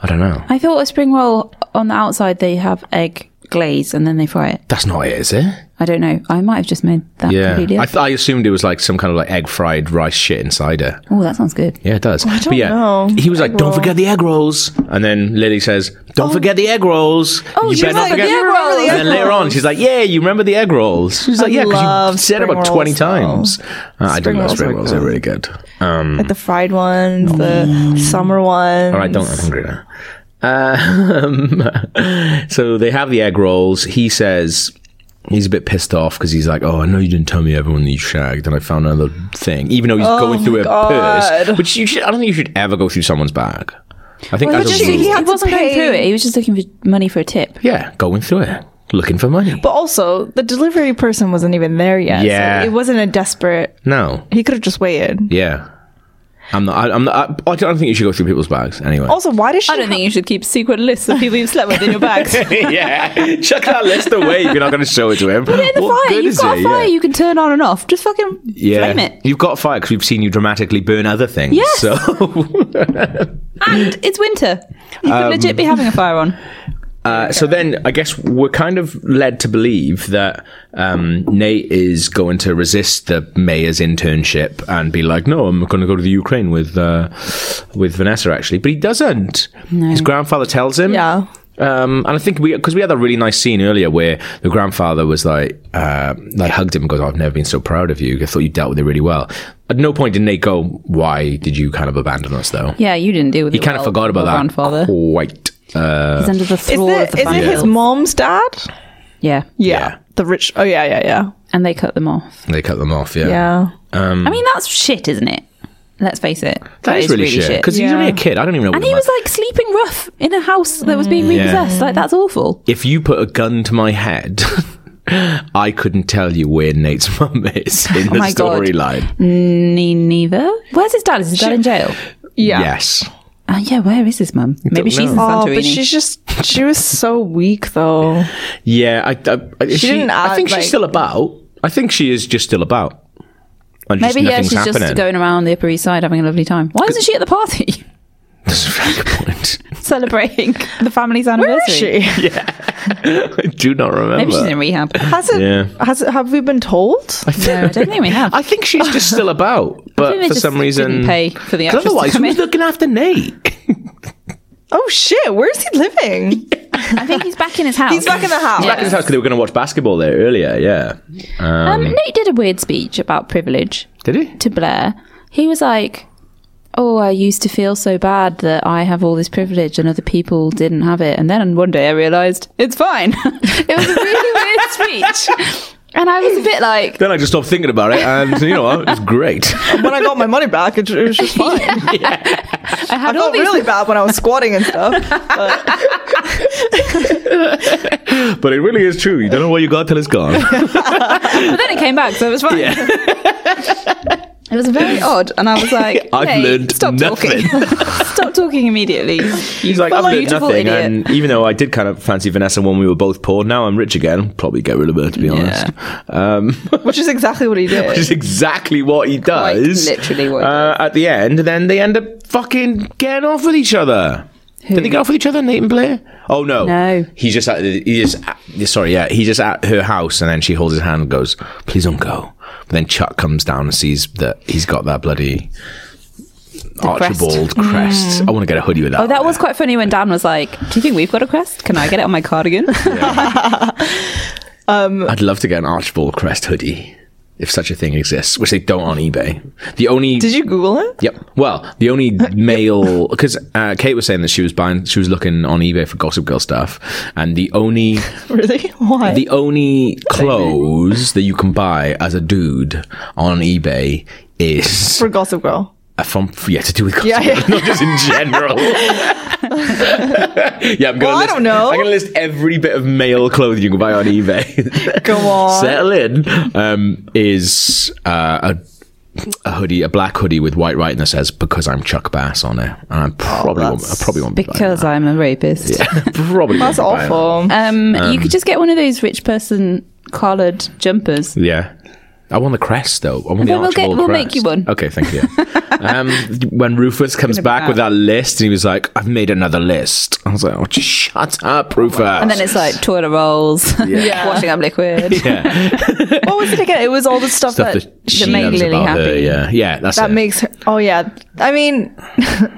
Speaker 3: I don't know.
Speaker 4: I thought a spring roll on the outside they have egg glaze and then they fry it.
Speaker 3: That's not it, is it?
Speaker 4: I don't know. I might have just made that
Speaker 3: Yeah,
Speaker 4: completely
Speaker 3: I,
Speaker 4: up.
Speaker 3: th- I assumed it was like some kind of like egg fried rice shit inside it.
Speaker 4: oh, that sounds good.
Speaker 3: Yeah, it does. I
Speaker 5: don't
Speaker 3: yeah,
Speaker 5: know.
Speaker 3: He was like, "Don't
Speaker 5: roll. Oh.
Speaker 3: forget the egg rolls," and then Lily says, "Don't forget the egg rolls."
Speaker 4: Oh, she was like, "The egg rolls."
Speaker 5: The
Speaker 3: And then
Speaker 5: egg
Speaker 3: later on, she's like, "Yeah, you remember the egg rolls?" She's like, "Yeah, because you
Speaker 5: love
Speaker 3: said it
Speaker 5: spring
Speaker 3: about twenty
Speaker 5: rolls,
Speaker 3: times." Uh, I do
Speaker 5: Spring
Speaker 3: love
Speaker 5: rolls
Speaker 3: spring
Speaker 5: are
Speaker 3: rolls; they're really good. Um,
Speaker 5: Like the fried ones, the summer ones.
Speaker 3: Mm. All right, don't. I'm hungry now. Um, so they have the egg rolls. He says he's a bit pissed off because he's like, "Oh, I know you didn't tell me everyone that you shagged, and I found another thing." Even though he's going through a purse,
Speaker 5: Oh God.
Speaker 3: which you should, I don't think you should ever go through someone's bag. I think
Speaker 4: Well,
Speaker 3: that's
Speaker 5: just-
Speaker 3: a
Speaker 4: he,
Speaker 3: rule.
Speaker 5: he had to
Speaker 4: wasn't going
Speaker 5: pay-
Speaker 4: through it. He was just looking for money for a tip.
Speaker 3: yeah, going through it, looking for money.
Speaker 5: But also, the delivery person wasn't even there yet. so
Speaker 3: Yeah.
Speaker 5: it wasn't a desperate.
Speaker 3: no,
Speaker 5: He could have just waited.
Speaker 3: yeah, I'm not. I, I'm not. I, I don't think you should go through people's bags anyway.
Speaker 4: Oh,
Speaker 5: Also, why did she?
Speaker 4: I don't think you should keep secret lists of people you've slept with in your bags. Put it
Speaker 3: yeah, chuck that list away. You're not going to show it to him.
Speaker 4: in the fire. You've got a fire you can turn on and off. Just fucking
Speaker 3: Yeah,
Speaker 4: flame it.
Speaker 3: you've got a fire because we've seen you dramatically burn other things.
Speaker 4: Yes.
Speaker 3: So
Speaker 4: And it's winter. You could
Speaker 3: Um,
Speaker 4: legit be having a fire on.
Speaker 3: Uh, so then I guess we're kind of led to believe that um, Nate is going to resist the mayor's internship and be like, "No, I'm going to go to the Ukraine with uh, with Vanessa actually." But he doesn't. His grandfather tells him.
Speaker 5: Yeah.
Speaker 3: Um, and I think we because we had that really nice scene earlier where the grandfather was like, uh, like hugged him and goes, "I've never been so proud of you. I thought you dealt with it really well." At no point did Nate go, "Why did you kind of abandon us?" Though
Speaker 4: Yeah, you didn't deal with
Speaker 3: he kind of forgot about that.
Speaker 4: Grandfather.
Speaker 3: Quite. Uh,
Speaker 4: He's under the
Speaker 5: Is
Speaker 4: thrall of
Speaker 5: it,
Speaker 4: the
Speaker 5: is it his mom's dad?
Speaker 4: Yeah.
Speaker 5: Yeah.
Speaker 3: Yeah.
Speaker 5: The rich. Oh, yeah, yeah, yeah.
Speaker 4: And they cut them off.
Speaker 3: they cut them off.
Speaker 5: Yeah.
Speaker 4: I mean, that's shit, isn't it? Let's face it.
Speaker 3: Um, that is really shit. Because he's
Speaker 5: Yeah.
Speaker 3: only a kid. I don't even know. what
Speaker 4: And
Speaker 3: the
Speaker 4: he
Speaker 3: ma-
Speaker 4: was like sleeping rough in a house that was being
Speaker 3: Mm. Yeah.
Speaker 4: repossessed. Like, that's awful.
Speaker 3: if you put a gun to my head, I couldn't tell you where Nate's mum is in the
Speaker 4: Oh my God.
Speaker 3: storyline.
Speaker 4: Me neither. Where's his dad? Is his dad in jail?
Speaker 5: Yeah.
Speaker 3: Yes.
Speaker 4: Uh, yeah, where is his mum? Maybe she's in
Speaker 3: know.
Speaker 5: Oh,
Speaker 4: Santorini.
Speaker 5: but she's just. She was so weak, though.
Speaker 3: Yeah. I, I, I, she,
Speaker 5: didn't
Speaker 3: I
Speaker 5: add,
Speaker 3: think
Speaker 5: like-
Speaker 3: she's still about. I think she is just still about. And just
Speaker 4: Maybe, yeah,
Speaker 3: nothing's
Speaker 4: she's
Speaker 3: happening.
Speaker 4: just going around the Upper East Side having a lovely time. Why isn't she at the party
Speaker 3: That's a very good point.
Speaker 4: celebrating the family's anniversary?
Speaker 5: Where is she?
Speaker 3: I do not remember.
Speaker 4: Maybe she's in rehab.
Speaker 5: Has it?
Speaker 3: Yeah.
Speaker 5: Has it? Have we been told?
Speaker 4: No, I don't think we have.
Speaker 3: I think she's just still about, but
Speaker 4: think they
Speaker 3: for
Speaker 4: just
Speaker 3: some reason,
Speaker 4: didn't pay for the
Speaker 3: 'Cause
Speaker 4: actress to
Speaker 3: otherwise,
Speaker 4: come
Speaker 3: who's
Speaker 4: in.
Speaker 3: looking after Nate?
Speaker 5: Oh shit! Where's he living?
Speaker 4: I think he's back in his house.
Speaker 5: He's back in the house.
Speaker 3: Back in his house because they were going to watch basketball there earlier. Yeah,
Speaker 4: Um, Nate did a weird speech about privilege
Speaker 3: did he?
Speaker 4: to Blair. He was like, oh, I used to feel so bad that I have all this privilege and other people didn't have it. And then one day I realized it's fine. it was a really weird speech. And I was a bit like,
Speaker 3: Then I just stopped thinking about it, and you know what? It's great.
Speaker 5: when I got my money back, it, it was just fine.
Speaker 4: I
Speaker 5: I
Speaker 4: had all
Speaker 5: felt
Speaker 4: these.
Speaker 5: really bad when I was squatting and stuff. But
Speaker 3: But it really is true. You don't know what you got till it's gone.
Speaker 4: but then it came back, so it was fine. it was very odd, and I was like,
Speaker 3: I've
Speaker 4: "Hey,
Speaker 3: learned
Speaker 4: stop
Speaker 3: nothing."
Speaker 4: talking. stop talking immediately."
Speaker 3: He's like,
Speaker 4: But
Speaker 3: I've
Speaker 4: like,
Speaker 3: learned
Speaker 4: beautiful
Speaker 3: nothing,
Speaker 4: idiot.
Speaker 3: and even though I did kind of fancy Vanessa when we were both poor, now I'm rich again. Probably get rid of her, to be honest. Um,
Speaker 5: which is exactly what he did.
Speaker 3: which is exactly what he does.
Speaker 4: literally what he
Speaker 3: uh, At the end, then they end up fucking getting off with each other. Did they get off with each other, Nate and Blair? Oh no,
Speaker 4: No.
Speaker 3: He's just at he just at- sorry, yeah. He's just at her house, and then she holds his hand and goes, "Please don't go." But then Chuck comes down and sees that he's got that bloody Archibald crest. I want to get a hoodie with that.
Speaker 4: Oh, that was quite funny when Dan was like, "Do you think we've got a crest? Can I get it on my cardigan?"
Speaker 3: I'd love to get an Archibald crest hoodie if such a thing exists, which they don't on eBay. The only
Speaker 5: did you Google it?
Speaker 3: Yep. Well, the only male because uh, Kate was saying that she was buying, she was looking on eBay for Gossip Girl stuff, and the only
Speaker 5: Really? Why?
Speaker 3: the only clothes that you can buy as a dude on eBay is
Speaker 5: For Gossip Girl.
Speaker 3: uh, from yeah to do with Gossip
Speaker 5: Yeah, yeah.
Speaker 3: Girl, not just in general. yeah, I'm gonna.
Speaker 5: Well, I
Speaker 3: list,
Speaker 5: don't know.
Speaker 3: I'm gonna list every bit of male clothing you can buy on eBay.
Speaker 5: Go on.
Speaker 3: Settle in um, is uh, a a hoodie, a black hoodie with white writing that says "Because I'm Chuck Bass" on it, and I probably
Speaker 4: Oh,
Speaker 3: won't, I probably won't be buying
Speaker 4: because I'm a rapist.
Speaker 3: that. probably
Speaker 5: That's
Speaker 3: won't be buying
Speaker 5: awful.
Speaker 4: Um, you could just get one of those rich person collared jumpers.
Speaker 3: that. Yeah. I want the crest though. I want the
Speaker 4: Then we'll get-
Speaker 3: Archibald
Speaker 4: we'll
Speaker 3: crest.
Speaker 4: make you one.
Speaker 3: Okay, thank you. um, when Rufus comes
Speaker 4: gonna be
Speaker 3: back with
Speaker 4: bad.
Speaker 3: that list, and he was like, "I've made another list," I was like, "Oh, just shut up, Rufus."
Speaker 4: Oh And then it's like toilet rolls,
Speaker 3: Yeah.
Speaker 4: washing up liquid.
Speaker 3: yeah,
Speaker 5: what was it again? It was all the stuff,
Speaker 3: stuff
Speaker 5: that,
Speaker 3: that she
Speaker 4: made
Speaker 3: loves
Speaker 4: Lily
Speaker 3: about her.
Speaker 4: happy.
Speaker 3: Yeah, yeah, that's
Speaker 5: that
Speaker 3: it.
Speaker 5: makes her. Oh, yeah. I mean,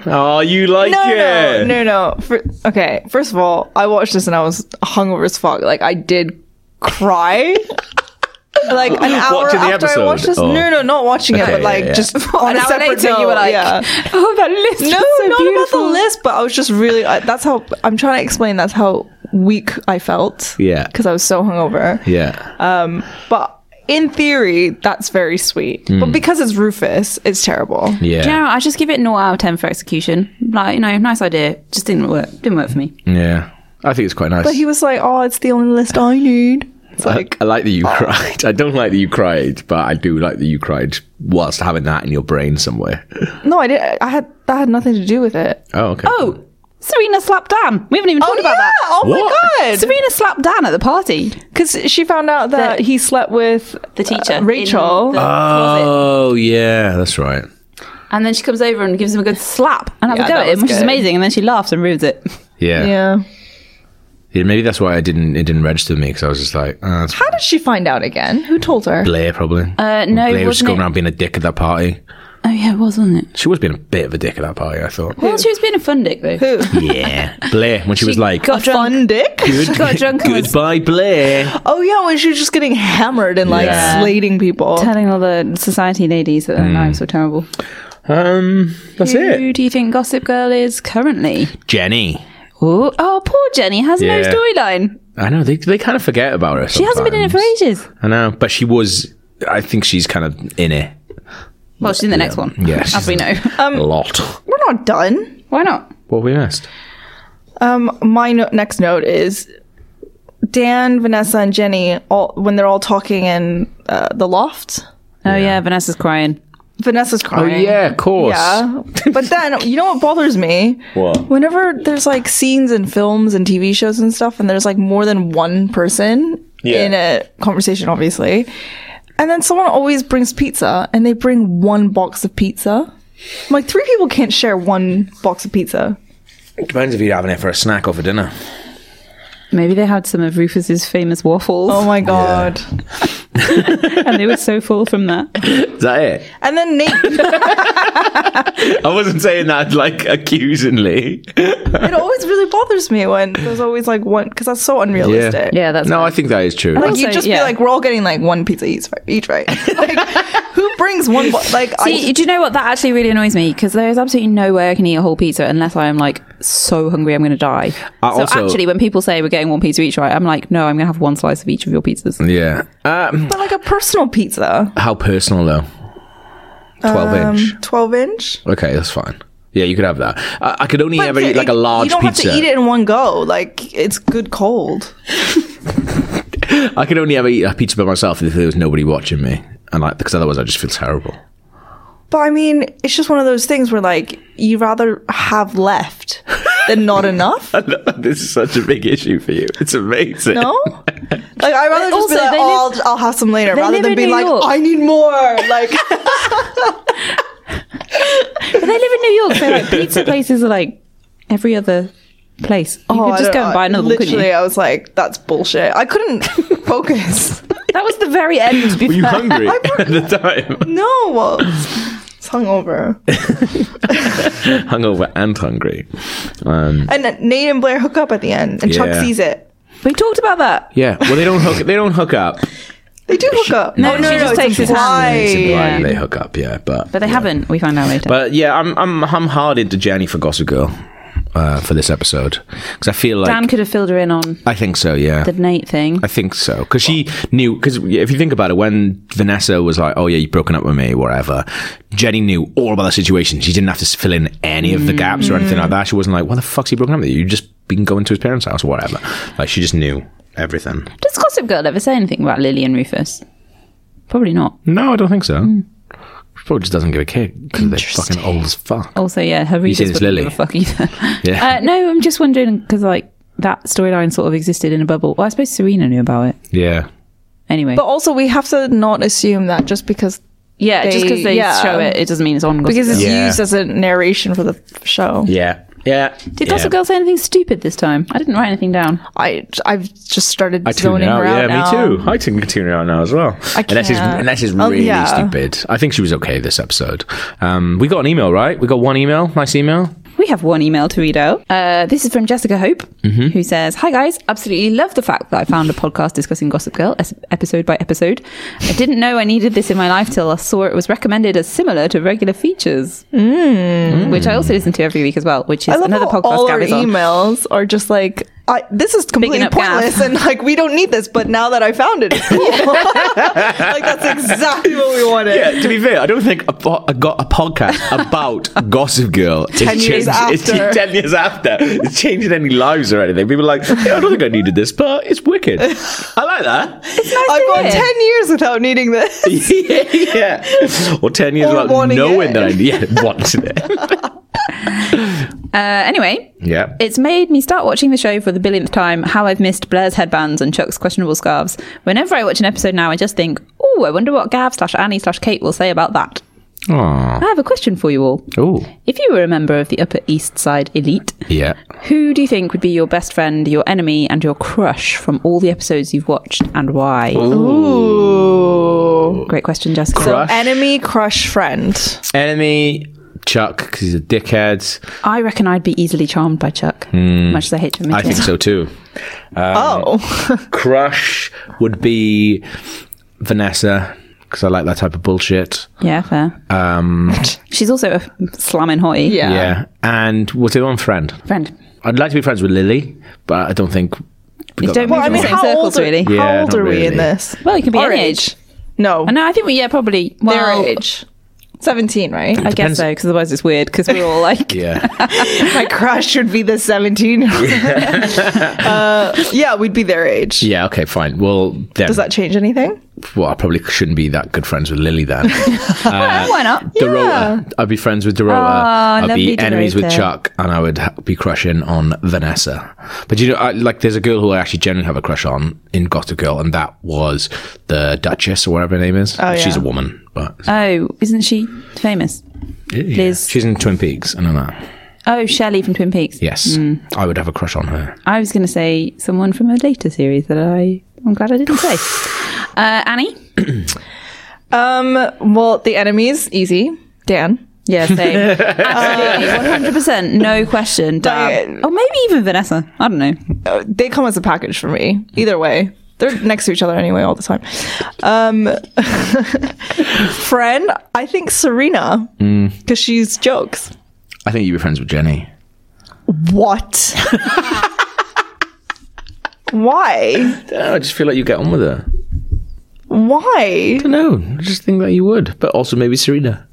Speaker 3: Oh, you like
Speaker 5: no,
Speaker 3: it?
Speaker 5: no, no, no. For, okay, first of all, I watched this and I was hungover as fuck. Like I did cry. Like an hour
Speaker 3: Watching the
Speaker 5: after
Speaker 3: episode,
Speaker 5: I watched this.
Speaker 3: or-
Speaker 5: No, no, not watching it,
Speaker 3: Okay,
Speaker 5: but
Speaker 3: yeah,
Speaker 5: like
Speaker 3: yeah.
Speaker 5: just on
Speaker 4: An
Speaker 5: a
Speaker 4: hour
Speaker 5: separate
Speaker 4: later, you were
Speaker 5: note,
Speaker 4: like,
Speaker 5: yeah.
Speaker 4: "Oh, that list
Speaker 5: No,
Speaker 4: was so
Speaker 5: not
Speaker 4: beautiful."
Speaker 5: about the list, but I was just really. I, that's how I'm trying to explain. That's how weak I felt.
Speaker 3: Yeah.
Speaker 5: because I was so hungover.
Speaker 3: Yeah.
Speaker 4: Uh,
Speaker 5: But in theory, that's very sweet. But because it's Rufus, it's terrible.
Speaker 3: Hmm. yeah.
Speaker 4: Do you know, I just give it an all out of ten for execution. Like, you know, nice idea, just didn't work. Didn't work for me.
Speaker 3: Yeah. I think it's quite nice.
Speaker 5: But he was like, "Oh, it's the only list I need." It's
Speaker 3: I-
Speaker 5: like
Speaker 3: I, like that you cried. I don't like that you cried, but I do like that you cried whilst having that in your brain somewhere.
Speaker 5: No, I did. I had that had nothing to do with it.
Speaker 3: Oh, okay.
Speaker 4: Oh, Serena slapped Dan. We haven't even talked about that.
Speaker 5: Oh
Speaker 3: What?
Speaker 5: my god!
Speaker 4: Serena slapped Dan at the party.
Speaker 5: Because she found out that
Speaker 4: The-
Speaker 5: he slept with uh,
Speaker 4: The teacher, in
Speaker 5: Rachel.
Speaker 4: the closet.
Speaker 3: Oh, yeah, that's right.
Speaker 4: and then she comes over and gives him a good slap and have
Speaker 5: Yeah,
Speaker 4: a go
Speaker 5: that
Speaker 4: at him,
Speaker 5: was
Speaker 4: which is
Speaker 5: good.
Speaker 4: amazing. And then she laughs and ruins it.
Speaker 3: Oh, Yeah.
Speaker 5: yeah.
Speaker 3: Yeah, Maybe that's why I didn't. It didn't register with me because I was just like, oh, that's
Speaker 5: How did she find out again? Who told her?
Speaker 3: Blair probably.
Speaker 4: Uh, no,
Speaker 3: Blair was just
Speaker 4: wasn't
Speaker 3: going
Speaker 4: it-
Speaker 3: around being a dick at that party.
Speaker 4: Oh yeah, it was, wasn't it?
Speaker 3: She was being a bit of a dick at that party. I thought.
Speaker 4: Well, she was being a fun dick though. Who?
Speaker 3: yeah, Blair when she, was like,
Speaker 4: got drunk.
Speaker 5: Fun dick.
Speaker 3: "Good-
Speaker 4: got drunk and was-
Speaker 3: goodbye, Blair.
Speaker 5: Oh yeah, when she was just getting hammered and like
Speaker 3: Yeah.
Speaker 5: slating people.
Speaker 4: Telling all the society ladies that their knives were terrible.
Speaker 3: Um, that's
Speaker 4: Who
Speaker 3: it.
Speaker 4: do you think Gossip Girl is currently?
Speaker 3: Jenny.
Speaker 4: Oh, oh poor Jenny has no
Speaker 3: Yeah.
Speaker 4: storyline.
Speaker 3: I know they they kind of forget about her.
Speaker 4: She hasn't been in it for ages.
Speaker 3: I know, but she was. I think she's kind of in it
Speaker 4: Well, she's in the next one,
Speaker 3: Yeah,
Speaker 4: as
Speaker 3: she's
Speaker 4: we
Speaker 3: in-
Speaker 4: know.
Speaker 5: Um,
Speaker 3: a lot.
Speaker 5: We're not done.
Speaker 4: Why not?
Speaker 3: What we missed?
Speaker 5: Um, my no- next note is Dan, Vanessa, and Jenny. All when they're all talking in uh, the loft.
Speaker 4: Oh yeah, Vanessa's crying.
Speaker 5: Vanessa's
Speaker 3: Oh
Speaker 5: crying.
Speaker 3: yeah, of course.
Speaker 5: Yeah. But then, you know what bothers me?
Speaker 3: What?
Speaker 5: Whenever there's like scenes in films and TV shows and stuff, and there's like more than one person
Speaker 3: Yeah.
Speaker 5: in a conversation, obviously. And then someone always brings pizza and they bring one box of pizza. I'm like, three people can't share one box of pizza.
Speaker 3: Depends if you're having it for a snack or for dinner.
Speaker 4: Maybe they had some of Rufus's famous waffles.
Speaker 5: Oh my Oh God.
Speaker 4: and they were so full from that.
Speaker 3: Is that it?
Speaker 5: And then Nate,
Speaker 3: I wasn't saying that like accusingly.
Speaker 5: it always really bothers me when there's always like one because that's so unrealistic.
Speaker 4: Yeah, that's
Speaker 3: no. I think that is true.
Speaker 5: Like
Speaker 4: Also,
Speaker 5: you just
Speaker 4: yeah.
Speaker 5: be like, we're all getting like one pizza each, each right? like, who brings one? Bo- like,
Speaker 4: See, do you know what? That actually really annoys me because there is absolutely no way I can eat a whole pizza unless I am like so hungry I'm going to die.
Speaker 3: I
Speaker 4: so
Speaker 3: also-
Speaker 4: actually, when people say we're getting one pizza each, right? I'm like, no, I'm going to have one slice of each of your pizzas.
Speaker 3: Yeah.
Speaker 5: I,
Speaker 3: Um,
Speaker 5: but like a personal pizza,
Speaker 3: how personal though? Twelve
Speaker 5: Um,
Speaker 3: inch.
Speaker 4: Mm.
Speaker 5: twelve inch.
Speaker 3: Okay, that's fine. Yeah, you could have that. I, I could only
Speaker 5: But
Speaker 3: ever
Speaker 5: it-
Speaker 3: eat like a large
Speaker 5: You don't
Speaker 3: pizza.
Speaker 5: have to eat it in one go. Like it's good cold.
Speaker 3: I could only ever eat a pizza by myself if there was nobody watching me, and like because otherwise I just feel terrible.
Speaker 5: But I mean, it's just one of those things where like you rather have left than not enough.
Speaker 3: this is such a big issue for you. It's amazing.
Speaker 5: No, like I rather just
Speaker 4: Also,
Speaker 5: be like,
Speaker 4: they
Speaker 5: oh,
Speaker 4: live-
Speaker 5: I'll, I'll have some later,
Speaker 4: they
Speaker 5: rather
Speaker 4: live
Speaker 5: than
Speaker 4: in
Speaker 5: be
Speaker 4: New
Speaker 5: like,
Speaker 4: York.
Speaker 5: I need more. Like,
Speaker 4: But they live in New York, so like pizza places are like every other place. You
Speaker 5: oh, I
Speaker 4: could just
Speaker 5: don't
Speaker 4: go
Speaker 5: know.
Speaker 4: and buy another one,
Speaker 5: Literally,
Speaker 4: couldn't you?
Speaker 5: I was like, that's bullshit. I couldn't focus.
Speaker 4: That was the very end.
Speaker 3: Were you hungry at the time?
Speaker 5: No, well, it's hungover.
Speaker 3: Hungover and hungry. Um,
Speaker 5: And then Nate and Blair hook up at the end, and Chuck
Speaker 3: Yeah.
Speaker 5: sees it.
Speaker 4: we talked about that.
Speaker 3: yeah. Well, they don't hook. They don't hook up.
Speaker 5: They do hook up.
Speaker 4: No, she just
Speaker 5: it's
Speaker 4: takes his hand.
Speaker 5: implied.
Speaker 3: It's implied
Speaker 4: Yeah.
Speaker 3: They hook up. Yeah, but
Speaker 4: But they haven't. We find out later.
Speaker 3: but yeah, I'm I'm I'm hard into Jenny for Gossip Girl uh, for this episode because I feel like
Speaker 4: Dan could have filled her in on
Speaker 3: I think so. Yeah.
Speaker 4: the Nate thing.
Speaker 3: I think so because she knew. Because if you think about it, when Vanessa was like, "Oh yeah, you've broken up with me," whatever, Jenny knew all about the situation. She didn't have to s- fill in any of the gaps or anything like that. She wasn't like, "Why the fuck's he broken up with you?" You just been going to his parents' house or whatever. Like she just knew everything.
Speaker 4: Does Gossip Girl ever say anything about Lily and Rufus? Probably not.
Speaker 3: No, I don't think so. Hmm. She probably just doesn't give a kick because they're fucking old as fuck.
Speaker 4: Also, yeah, her
Speaker 3: say
Speaker 4: readers
Speaker 3: it's
Speaker 4: wouldn't
Speaker 3: Lily.
Speaker 4: give a fuck either.
Speaker 3: Yeah.
Speaker 4: Uh, no, I'm just wondering because like that storyline sort of existed in a bubble. Well, I suppose Serena knew about it
Speaker 3: Yeah.
Speaker 4: anyway.
Speaker 5: But also, we have to not assume that just because
Speaker 4: yeah, just because
Speaker 5: they-
Speaker 4: they
Speaker 5: yeah.
Speaker 4: show it, it doesn't mean it's on. Gossip
Speaker 5: because it's
Speaker 4: Girl.
Speaker 3: Yeah.
Speaker 5: used as a narration for the show.
Speaker 3: Yeah. Yeah.
Speaker 4: Did Gossip Girl say anything stupid this time? I didn't write anything down.
Speaker 5: I I've just started
Speaker 3: I tune
Speaker 5: zoning
Speaker 3: out.
Speaker 5: her out
Speaker 3: Yeah,
Speaker 5: now.
Speaker 3: me too. I tune tune her out now as well.
Speaker 5: I
Speaker 3: Unless it's
Speaker 5: can't.
Speaker 3: unless it's
Speaker 5: Oh,
Speaker 3: really
Speaker 5: yeah.
Speaker 3: stupid. I think she was okay this episode. Um, we got an email, right? We got one email. Nice email.
Speaker 4: We have one email to read out. Uh, this is from Jessica Hope, who says, Hi guys, absolutely love the fact that I found a podcast discussing Gossip Girl es- episode by episode. I didn't know I needed this in my life till I saw it was recommended as similar to regular features, mm. which I also listen to every week as well, which is
Speaker 5: I love
Speaker 4: another
Speaker 5: how
Speaker 4: podcast
Speaker 5: all
Speaker 4: Gab
Speaker 5: our
Speaker 4: is on.
Speaker 5: emails are just like I, this is completely
Speaker 4: up Gav.
Speaker 5: pointless and like we don't need this, but now that I found it, it's cool. like that's exactly what we wanted.
Speaker 3: Yeah, to be fair, I don't think a, po- a, go- a podcast about Gossip Girl is
Speaker 5: Ten years
Speaker 3: it's
Speaker 5: after.
Speaker 3: ten years after. It's changing any lives or anything. People are like, yeah, I don't think I needed this, but it's wicked. I like that.
Speaker 5: I've gone
Speaker 4: it.
Speaker 5: ten years without needing this.
Speaker 3: yeah. Or ten years
Speaker 5: Or
Speaker 3: without
Speaker 5: wanting
Speaker 3: knowing
Speaker 5: it.
Speaker 3: that I yeah, wanted it.
Speaker 4: Uh, anyway,
Speaker 3: Yeah.
Speaker 4: It's made me start watching the show for the billionth time. How I've missed Blair's headbands and Chuck's questionable scarves. Whenever I watch an episode now, I just think, "Oh, I wonder what Gav slash Annie slash Kate will say about that."
Speaker 3: Aww.
Speaker 4: I have a question for you all.
Speaker 3: Ooh.
Speaker 4: If you were a member of the Upper East Side elite,
Speaker 3: Yeah.
Speaker 4: who do you think would be your best friend, your enemy, and your crush from all the episodes you've watched, and why?
Speaker 5: Ooh.
Speaker 4: Great question, Jessica.
Speaker 5: So enemy crush friend.
Speaker 3: Enemy Chuck because he's a dickhead.
Speaker 4: I reckon I'd be easily charmed by Chuck, much as I hate to admit
Speaker 3: Hmm. I
Speaker 4: it.
Speaker 3: think so too.
Speaker 4: Um,
Speaker 5: oh.
Speaker 3: Crush would be Vanessa because I like that type of bullshit.
Speaker 4: Yeah, fair. Um, She's also a slamming hottie.
Speaker 5: Yeah.
Speaker 3: Yeah, and what's the one friend?
Speaker 4: Friend.
Speaker 3: I'd like to be friends with Lily, but I don't think. We got
Speaker 4: Don't
Speaker 3: that
Speaker 4: move
Speaker 5: I
Speaker 4: in the
Speaker 5: mean,
Speaker 4: same
Speaker 5: how
Speaker 4: circles,
Speaker 5: old are,
Speaker 4: really.
Speaker 3: Yeah,
Speaker 5: how old
Speaker 3: not
Speaker 5: are we
Speaker 3: really.
Speaker 5: in this?
Speaker 4: Well, you can be
Speaker 5: Our
Speaker 4: any
Speaker 5: age.
Speaker 4: age.
Speaker 5: No,
Speaker 4: No, I think we yeah probably
Speaker 5: their
Speaker 4: well,
Speaker 5: age. Seventeen, right?
Speaker 4: I guess so, because otherwise it's weird. Because we're all like,
Speaker 3: yeah,
Speaker 5: My crush should be the seventeen. uh, yeah, we'd be their age.
Speaker 3: yeah. Okay, fine. Well, then,
Speaker 5: Does that change anything?
Speaker 3: well, I probably shouldn't be that good friends with Lily then. Uh,
Speaker 4: why not?
Speaker 3: Dorota, I'd be friends with Dorota.
Speaker 4: Oh,
Speaker 3: I'd be
Speaker 4: lovely
Speaker 3: enemies with
Speaker 4: Dorota.
Speaker 3: Chuck, and I would ha- be crushing on Vanessa. But you know, I, like, there's a girl who I actually genuinely have a crush on in Gossip Girl, and that was the Duchess or whatever her name is.
Speaker 5: Oh,
Speaker 3: She's a
Speaker 5: yeah.
Speaker 3: woman, but
Speaker 4: Oh, isn't she famous? Liz.
Speaker 3: she's in Twin Peaks. I know that.
Speaker 4: Oh, Shelley from Twin Peaks.
Speaker 3: Yes, I would have a crush on her.
Speaker 4: I was going to say someone from a later series that I I'm glad I didn't say. Uh, Annie?
Speaker 5: Um, well, the enemies, easy. Dan.
Speaker 4: Yeah, same. Absolutely. 100%. No question. Dan.
Speaker 5: Like-
Speaker 4: Or maybe even Vanessa. I don't know.
Speaker 5: Uh, They come as a package for me. Either way. They're next to each other anyway all the time. Um, friend, I think Serena because she's jokes.
Speaker 3: I think you were friends with Jenny.
Speaker 5: What? Why?
Speaker 3: I just feel like you get on with her.
Speaker 5: Why?
Speaker 3: No, I just think that you would. But also maybe Serena.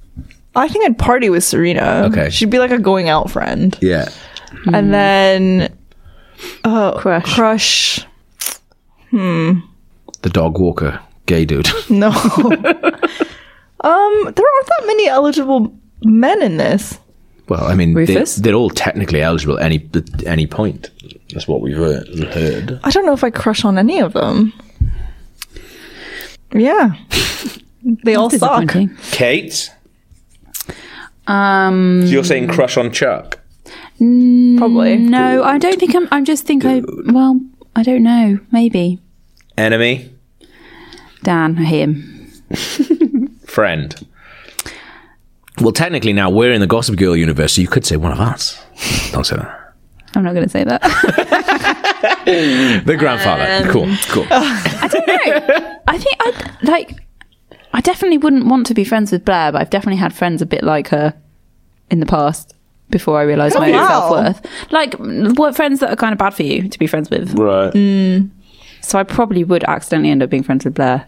Speaker 5: I think I'd party with Serena.
Speaker 3: Okay.
Speaker 5: She'd be like a going out friend.
Speaker 3: Yeah.
Speaker 5: And then oh,
Speaker 4: Crush.
Speaker 5: Crush.
Speaker 3: The dog walker. Gay dude.
Speaker 5: No. um, there aren't that many eligible men in this.
Speaker 3: Well, I mean, they,
Speaker 4: Rufus?
Speaker 3: they're all technically eligible at any, at any point. That's what we've heard. heard.
Speaker 5: I don't know if I crush on any of them. Yeah. They all suck.
Speaker 4: Disappointing.
Speaker 3: Kate?
Speaker 4: Um,
Speaker 3: So you're saying crush on Chuck?
Speaker 5: Probably.
Speaker 4: no, I don't think I'm. I just think I. Well, I don't know. Maybe.
Speaker 3: Enemy?
Speaker 4: Dan, him.
Speaker 3: Friend? Well, technically now we're in the Gossip Girl universe, so you could say one of us. Don't say that.
Speaker 4: I'm not going to say that.
Speaker 3: The grandfather.
Speaker 4: Um,
Speaker 3: cool, cool.
Speaker 4: I think I like. I definitely wouldn't want to be friends with Blair, but I've definitely had friends a bit like her in the past before I realised my own
Speaker 5: wow.
Speaker 4: self worth. Like, what friends that are kind of bad for you to be friends with?
Speaker 3: right.
Speaker 4: So I probably would accidentally end up being friends with Blair.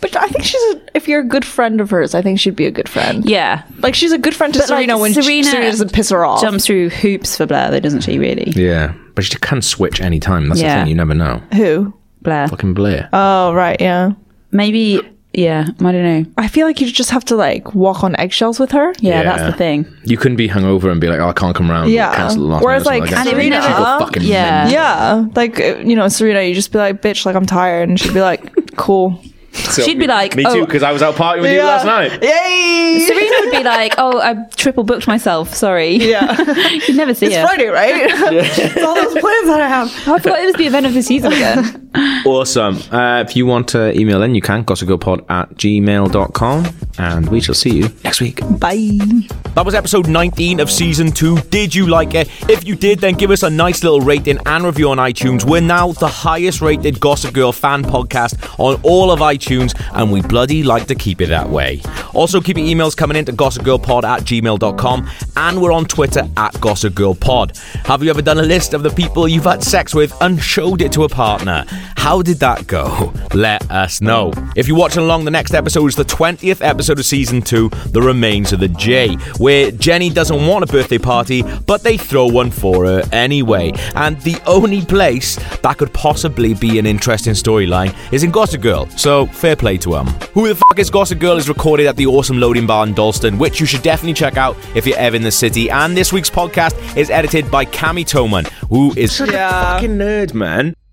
Speaker 5: But I think she's, a, if you're a good friend of hers, I think she'd be a good friend.
Speaker 4: Yeah,
Speaker 5: Like, she's a good friend to
Speaker 4: But, like,
Speaker 5: Serena when she-
Speaker 4: Serena
Speaker 5: Serena, doesn't piss her off.
Speaker 4: jumps through hoops for Blair, though, doesn't she? Really,
Speaker 3: Yeah, but she can switch any time. That's
Speaker 4: Yeah.
Speaker 3: the thing. You never know.
Speaker 5: Who?
Speaker 4: Blair.
Speaker 3: Fucking Blair.
Speaker 5: Oh, right. Yeah.
Speaker 4: Maybe. Yeah, I don't know.
Speaker 5: I feel like you just have to, like, walk on eggshells with her.
Speaker 4: Yeah,
Speaker 3: Yeah.
Speaker 4: that's the thing.
Speaker 3: you couldn't be hungover and be like, "Oh, I can't come round."
Speaker 5: Yeah.
Speaker 3: Cancel the last
Speaker 5: Whereas,
Speaker 3: minute or
Speaker 5: like,
Speaker 3: something
Speaker 5: And it would
Speaker 3: that.
Speaker 5: never-
Speaker 3: She'd go
Speaker 5: uh,
Speaker 3: fucking
Speaker 4: yeah.
Speaker 3: mental.
Speaker 5: Yeah, like uh, you know, Serena, you just be like, "Bitch, like I'm tired," and she'd be like, "Cool,
Speaker 4: She'd be like,
Speaker 1: Me
Speaker 4: oh,
Speaker 1: too, because I was out partying with you
Speaker 5: Yeah.
Speaker 1: last night.
Speaker 5: yay!"
Speaker 4: Serena would be like, "Oh, I triple booked myself. Sorry."
Speaker 5: yeah,
Speaker 4: You'd never see
Speaker 5: it's
Speaker 4: her.
Speaker 5: Friday, right? it's all those plans that I have.
Speaker 4: Oh, I forgot it was the event of the season again.
Speaker 3: Awesome. Uh, if you want to email in, you can gossipgirlpod at gmail.com. And we shall see you next week.
Speaker 5: Bye.
Speaker 1: That was episode 19 of season 2. Did you like it? If you did, then give us a nice little rating and review on iTunes. We're now the highest rated Gossip Girl fan podcast on all of iTunes, and we bloody like to keep it that way. Also, keep your emails coming in to gossipgirlpod at gmail.com, and we're on Twitter at gossipgirlpod. Have you ever done a list of the people you've had sex with and showed it to a partner? How did that go? Let us know. If you're watching along, the next episode is the 20th episode of season 2, The Remains of the J, where Jenny doesn't want a birthday party, but they throw one for her anyway. And the only place that could possibly be an interesting storyline is in Gossip Girl, so fair play to them. Who the Fuck is Gossip Girl is recorded at the awesome Loading Bar in Dalston, which you should definitely check out if you're ever in the city. And this week's podcast is edited by Cami Toman, who is
Speaker 5: Yeah.
Speaker 3: Fucking nerd, man.